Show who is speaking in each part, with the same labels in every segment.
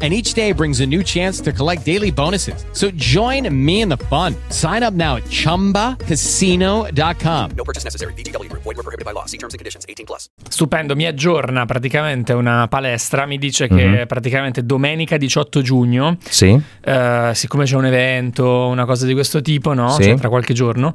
Speaker 1: and each day brings a new chance to collect daily bonuses. So join me in the fun. Sign up now at ChumbaCasino.com.
Speaker 2: No purchase necessary. VGW Group. Void were prohibited by law. See terms and conditions. 18 plus.
Speaker 3: Stupendo, mi aggiorna praticamente una palestra, mi dice che
Speaker 4: Mhm.
Speaker 3: praticamente domenica 18 giugno,
Speaker 4: Sì.
Speaker 3: eh, siccome c'è un evento, una cosa di questo tipo, no?
Speaker 4: Sì.
Speaker 3: Cioè, tra qualche giorno,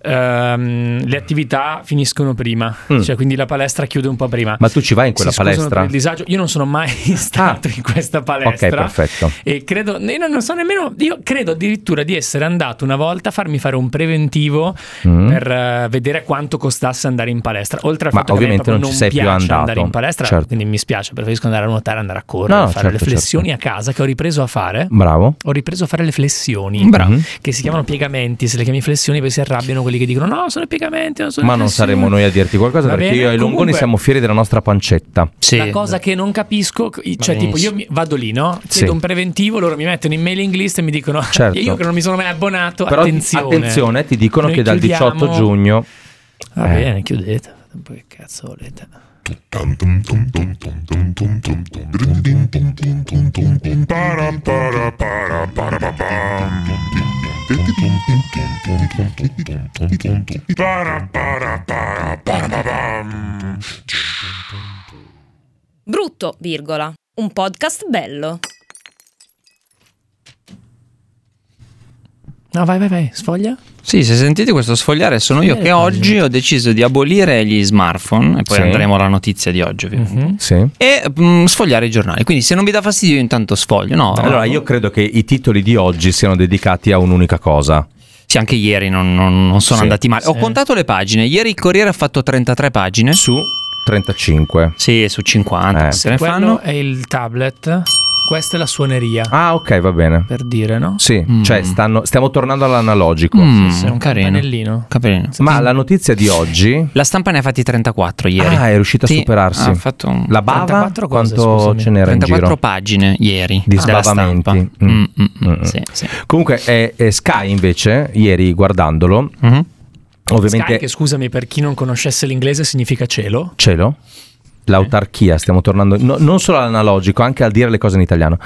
Speaker 3: ehm, le attività finiscono prima,
Speaker 4: Mm.
Speaker 3: cioè quindi la palestra chiude un po' prima.
Speaker 4: Ma tu ci vai in quella
Speaker 3: Si scusano per
Speaker 4: palestra? Ah,
Speaker 3: il disagio. Io non sono mai stato in questa palestra.
Speaker 4: Ok, perfetto.
Speaker 3: E credo, io non- non so nemmeno, io credo addirittura di essere andato una volta a farmi fare un preventivo
Speaker 4: Mm.
Speaker 3: per eh, vedere quanto costasse andare in palestra. Oltre al
Speaker 4: Ma
Speaker 3: fatto che a me
Speaker 4: ovviamente
Speaker 3: proprio
Speaker 4: non ci sei più
Speaker 3: piace
Speaker 4: andato.
Speaker 3: andare in palestra,
Speaker 4: Certo.
Speaker 3: quindi mi spiace, preferisco andare a nuotare, andare a correre,
Speaker 4: No,
Speaker 3: a fare
Speaker 4: certo,
Speaker 3: le flessioni a casa che ho ripreso a fare.
Speaker 4: Bravo.
Speaker 3: Ho ripreso a fare le flessioni,
Speaker 4: Bravo. Mhm.
Speaker 3: che si chiamano piegamenti. Se le chiami flessioni, poi si arrabbiano quelli che dicono: No, sono i piegamenti. Non sono
Speaker 4: Ma
Speaker 3: le
Speaker 4: non
Speaker 3: flessioni."
Speaker 4: saremo noi a dirti qualcosa
Speaker 3: Va
Speaker 4: perché
Speaker 3: bene,
Speaker 4: io e Longoni
Speaker 3: comunque-
Speaker 4: siamo fieri della nostra pancetta.
Speaker 5: Sì.
Speaker 3: La cosa che non capisco, cioè, tipo,
Speaker 5: benissimo.
Speaker 3: io mi- vado lì, no? Chiedo
Speaker 4: Sì.
Speaker 3: un preventivo, loro mi mettono in mailing list e mi dicono:
Speaker 4: Certo.
Speaker 3: Io che non mi sono mai abbonato,
Speaker 4: Però
Speaker 3: attenzione.
Speaker 4: attenzione, ti dicono
Speaker 3: Noi
Speaker 4: che dal
Speaker 3: chiudiamo-
Speaker 4: 18 giugno
Speaker 3: Va
Speaker 4: Eh.
Speaker 3: bene, chiudete. fate un po' Che cazzo volete?
Speaker 6: Brutto, virgola. Un podcast bello.
Speaker 3: No, vai, vai, vai, sfoglia.
Speaker 5: Sì, se sentite questo sfogliare sono io che oggi ho deciso di abolire gli smartphone e poi
Speaker 4: eh, Sì. Mhm.
Speaker 5: andremo alla notizia di oggi ovviamente.
Speaker 4: Sì.
Speaker 5: E mm, sfogliare i giornali. Quindi se non vi dà fastidio io intanto sfoglio. No,
Speaker 4: Allora io credo che i titoli di oggi siano dedicati a un'unica cosa.
Speaker 5: sì, anche ieri non, non- non sono
Speaker 4: Sì.
Speaker 5: andati male. Ho
Speaker 3: Sì.
Speaker 5: contato le pagine. Ieri il Corriere ha fatto 33
Speaker 3: Eh?
Speaker 5: pagine.
Speaker 4: Su 35.
Speaker 5: Sì, su 50
Speaker 4: Eh.
Speaker 5: se ne
Speaker 3: Quello
Speaker 5: fanno.
Speaker 3: è il tablet. Questa è la suoneria.
Speaker 4: Ah, ok, va bene.
Speaker 3: Per dire, no?
Speaker 4: Sì,
Speaker 5: Mm.
Speaker 4: cioè stanno- stiamo tornando all'analogico.
Speaker 5: Mm,
Speaker 3: Sì, sì, un
Speaker 5: carino.
Speaker 3: campanellino.
Speaker 5: Carino.
Speaker 4: Ma la notizia di oggi
Speaker 5: La stampa ne ha fatti 34 ieri.
Speaker 4: Ah, è riuscita a
Speaker 5: Sì,
Speaker 4: superarsi.
Speaker 5: Ha fatto un-
Speaker 4: La bava
Speaker 3: 34 cose,
Speaker 4: quanto
Speaker 3: scusami.
Speaker 4: ce n'era in
Speaker 5: 34
Speaker 4: giro?
Speaker 5: pagine ieri
Speaker 4: Di
Speaker 5: della
Speaker 4: sbavamenti.
Speaker 5: stampa.
Speaker 4: Mm.
Speaker 5: Mm, mm, mm,
Speaker 4: Mm.
Speaker 5: sì, sì.
Speaker 4: Comunque eh, eh, Sky invece ieri guardandolo,
Speaker 5: Mhm.
Speaker 4: ovviamente
Speaker 3: Sky, che scusami, per chi non conoscesse l'inglese, significa cielo.
Speaker 4: cielo L'autarchia, stiamo tornando no- non solo all'analogico, anche al dire le cose in italiano.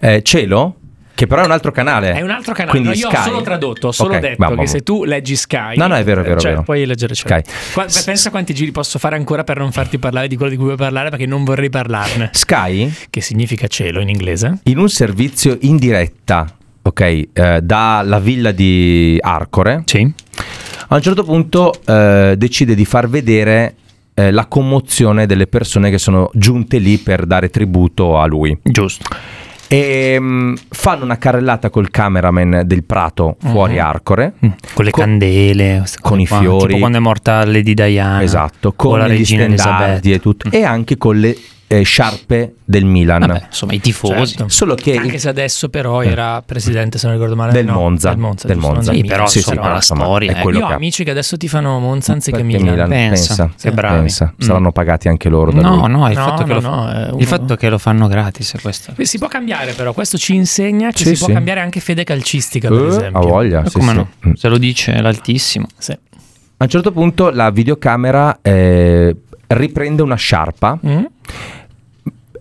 Speaker 4: Eh, cielo, che però è un altro canale.
Speaker 3: È un altro canale.
Speaker 4: Eh. Quindi
Speaker 3: no, io
Speaker 4: Sky-
Speaker 3: ho solo tradotto, ho solo
Speaker 4: Ok,
Speaker 3: detto
Speaker 4: va, va,
Speaker 3: che
Speaker 4: va.
Speaker 3: se tu leggi Sky,
Speaker 4: No, no, è vero, è vero, è
Speaker 3: cioè,
Speaker 4: vero.
Speaker 3: puoi leggere cielo.
Speaker 4: Sky.
Speaker 3: Qua- beh, pensa quanti giri posso fare ancora per non farti parlare di quello di cui vuoi parlare, perché non vorrei parlarne.
Speaker 4: Sky
Speaker 3: Che significa cielo in inglese?
Speaker 4: in un servizio in diretta, ok, eh, dalla villa di Arcore,
Speaker 5: Sì.
Speaker 4: a un certo punto eh, decide di far vedere eh, la commozione delle persone che sono giunte lì per dare tributo a lui.
Speaker 5: Giusto.
Speaker 4: E mm, fanno una carrellata col cameraman del Prato fuori Arcore.
Speaker 5: Mm, Con le
Speaker 4: Co-
Speaker 5: candele, queste
Speaker 4: con
Speaker 5: cose
Speaker 4: i
Speaker 5: qua,
Speaker 4: fiori.
Speaker 5: Tipo quando è morta Lady Diana.
Speaker 4: Esatto,
Speaker 5: o
Speaker 4: con
Speaker 5: la
Speaker 4: gli
Speaker 5: regina
Speaker 4: stendardi
Speaker 5: Elisabetta.
Speaker 4: e tutto. E anche con le eh, sciarpe del Milan.
Speaker 5: Vabbè, insomma, i tifosi.
Speaker 3: Certo.
Speaker 4: Solo che
Speaker 3: Anche se adesso, però,
Speaker 4: Eh.
Speaker 3: era presidente, se non ricordo male,
Speaker 4: Del
Speaker 3: no,
Speaker 4: Monza,
Speaker 3: Del Monza,
Speaker 4: del
Speaker 3: giusto,
Speaker 4: Monza.
Speaker 3: non del
Speaker 5: Sì, però,
Speaker 3: Milan.
Speaker 5: insomma, la
Speaker 4: insomma,
Speaker 5: storia,
Speaker 4: è
Speaker 5: eh.
Speaker 4: quello
Speaker 3: Io ho
Speaker 4: che ha.
Speaker 3: amici che adesso tifano Monza anziché
Speaker 4: Perché
Speaker 3: Milan.
Speaker 4: Milan,
Speaker 5: pensa,
Speaker 4: pensa,
Speaker 5: che bravi.
Speaker 4: pensa.
Speaker 5: Mm.
Speaker 4: Saranno pagati anche loro da
Speaker 5: No,
Speaker 4: lui.
Speaker 5: no, il,
Speaker 3: No,
Speaker 5: fatto, che
Speaker 3: no,
Speaker 5: lo,
Speaker 3: no, è uno-
Speaker 5: il fatto che lo fanno gratis è questo.
Speaker 3: Eh, Si può cambiare, però, questo ci insegna che
Speaker 4: Sì,
Speaker 3: si può
Speaker 4: sì.
Speaker 3: cambiare anche fede calcistica, per
Speaker 4: Eh,
Speaker 3: esempio.
Speaker 4: ha voglia,
Speaker 5: Ma
Speaker 4: sì,
Speaker 5: come
Speaker 4: sì.
Speaker 5: no?
Speaker 4: Mm.
Speaker 5: Se lo dice l'altissimo.
Speaker 3: Sì.
Speaker 4: A un certo punto la videocamera eh, riprende una sciarpa
Speaker 3: Mm?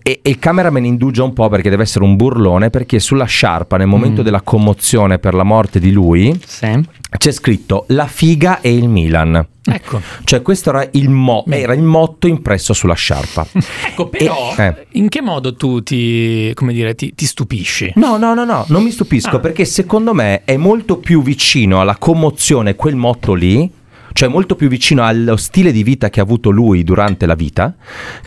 Speaker 4: e, e il cameraman indugia un po' perché deve essere un burlone perché sulla sciarpa nel momento della commozione per la morte di lui
Speaker 5: Sì.
Speaker 4: c'è scritto la figa e il Milan.
Speaker 3: Ecco.
Speaker 4: Cioè questo era il, mo- era il motto impresso sulla sciarpa.
Speaker 3: Ecco, però,
Speaker 4: eh.
Speaker 3: in che modo tu ti, come dire, ti, ti stupisci?
Speaker 4: No, no, no, no, non mi stupisco
Speaker 3: Ah.
Speaker 4: perché secondo me è molto più vicino alla commozione quel motto lì, cioè molto più vicino allo stile di vita che ha avuto lui durante la vita,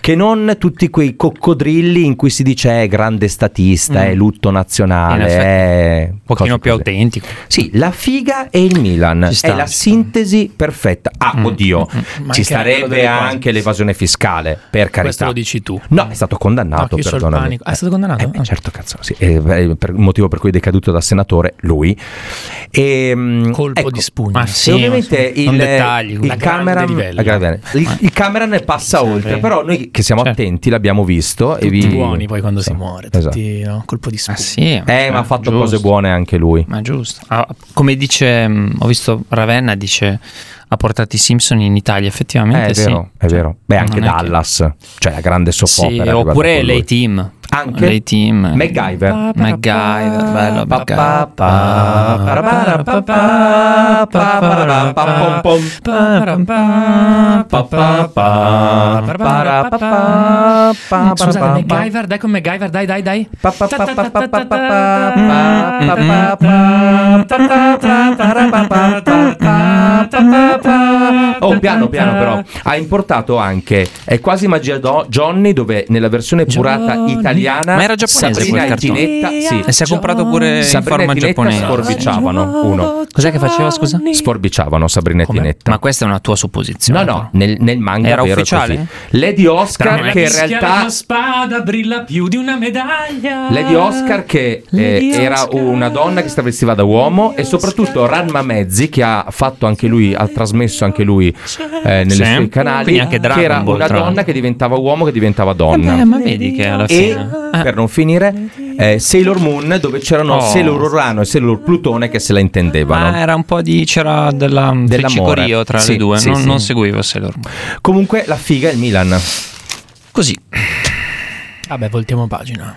Speaker 4: che non tutti quei coccodrilli in cui si dice è grande statista, è lutto
Speaker 5: Mm. In
Speaker 4: nazionale,
Speaker 5: effetti,
Speaker 4: è...
Speaker 5: Un
Speaker 4: cose
Speaker 5: pochino più
Speaker 4: così.
Speaker 5: autentico.
Speaker 4: Sì, la figa e il Milan
Speaker 5: Ci sta,
Speaker 4: è la
Speaker 5: ci sta. Mm,
Speaker 4: sintesi perfetta. Ah, oddio,
Speaker 3: Ma
Speaker 4: ci
Speaker 3: anche a livello
Speaker 4: starebbe
Speaker 3: delle cose.
Speaker 4: anche l'evasione fiscale, per carità.
Speaker 3: Questo lo dici tu.
Speaker 4: No, è stato condannato,
Speaker 3: No, io so il
Speaker 4: perdonami.
Speaker 3: panico. Ah, è stato condannato?
Speaker 4: Eh, beh,
Speaker 3: Ah.
Speaker 4: certo, cazzo, sì. Eh, beh, per- il motivo per cui è decaduto da senatore, lui. E, mm,
Speaker 3: Colpo
Speaker 4: ecco,
Speaker 3: di spugna. Ah,
Speaker 5: Ma
Speaker 4: e
Speaker 5: sì,
Speaker 4: ovviamente
Speaker 5: ma sì. Non
Speaker 4: il,
Speaker 3: dettagli,
Speaker 4: il
Speaker 3: quella grande
Speaker 4: cameraman,
Speaker 3: livello.
Speaker 4: la grande- Ah, il, il cameraman passa oltre, però noi che siamo
Speaker 3: Certo.
Speaker 4: attenti l'abbiamo visto. e
Speaker 3: Tutti
Speaker 4: vi-
Speaker 3: buoni poi quando
Speaker 4: Sì,
Speaker 3: si muore,
Speaker 4: esatto.
Speaker 3: tutti no? colpo di
Speaker 5: Ah,
Speaker 3: spugna.
Speaker 5: sì,
Speaker 4: Eh, ma ha fatto cose buone anche lui.
Speaker 5: Ma giusto. Ah, come dice, mh, ho visto Ravenna dice ha portato i Simpson in Italia,
Speaker 4: Eh,
Speaker 5: effettivamente
Speaker 4: è
Speaker 5: sì.
Speaker 4: vero, è
Speaker 5: Cioè,
Speaker 4: vero. Beh, anche
Speaker 5: non è che-
Speaker 4: Dallas, cioè la grande
Speaker 5: Sì,
Speaker 4: soppopera. è arrivata
Speaker 5: oppure
Speaker 4: con lui.
Speaker 5: lei team.
Speaker 4: Anche?
Speaker 5: Lei team.
Speaker 4: MacGyver.
Speaker 5: MacGyver,
Speaker 4: Pa-
Speaker 5: bello MacGyver.
Speaker 4: pa- pa- pa- pa- pa- pa- pa- pom-
Speaker 3: Scusate,
Speaker 4: Scusate,
Speaker 3: MacGyver, dai con MacGyver, dai, dai, dai.
Speaker 4: Oh, piano piano però ha importato anche È quasi magia Do- Johnny dove nella versione curata
Speaker 3: Johnny.
Speaker 4: italiana
Speaker 5: Ma era giapponese
Speaker 4: Sabrina
Speaker 5: quel
Speaker 4: e
Speaker 5: cartone?
Speaker 4: Ginetta sì.
Speaker 5: E si è comprato pure in
Speaker 4: Sabrina
Speaker 5: forma
Speaker 4: e Tinetta
Speaker 5: giapponese.
Speaker 4: sforbiciavano uno
Speaker 5: Cos'è che faceva, scusa?
Speaker 4: Sforbiciavano Sabrina e
Speaker 5: Come?
Speaker 4: Tinetta
Speaker 5: Ma questa è una tua supposizione.
Speaker 4: No, no, nel, nel manga
Speaker 5: Era
Speaker 4: vero è
Speaker 5: ufficiale?
Speaker 4: così. Lady Oscar che in realtà
Speaker 3: La spada brilla più di una medaglia.
Speaker 4: Lady Oscar che eh,
Speaker 3: Lady
Speaker 4: era
Speaker 3: Oscar.
Speaker 4: una donna che si travestiva da uomo
Speaker 3: Lady
Speaker 4: e soprattutto
Speaker 3: Oscar.
Speaker 4: Ranma Mezzi che ha fatto anche lui, ha trasmesso anche lui eh, nelle
Speaker 5: Sì.
Speaker 4: sue canali
Speaker 5: Quindi anche
Speaker 4: che era
Speaker 5: Dragon Ball,
Speaker 4: una
Speaker 5: tra
Speaker 4: donna
Speaker 5: l'altro.
Speaker 4: che diventava uomo che diventava
Speaker 5: Eh
Speaker 4: donna.
Speaker 5: beh, ma vedi che alla
Speaker 4: E
Speaker 5: fine...
Speaker 4: per non finire, eh, Sailor Moon dove c'erano
Speaker 5: Oh.
Speaker 4: Sailor Urano e Sailor Plutone che se la intendevano.
Speaker 5: Ah, era un po' di. c'era della friccicorio tra
Speaker 4: Sì,
Speaker 5: le due.
Speaker 4: sì,
Speaker 5: non,
Speaker 4: sì.
Speaker 5: non seguivo Sailor Moon.
Speaker 4: Comunque la figa è il Milan.
Speaker 5: Così.
Speaker 3: Vabbè, voltiamo pagina.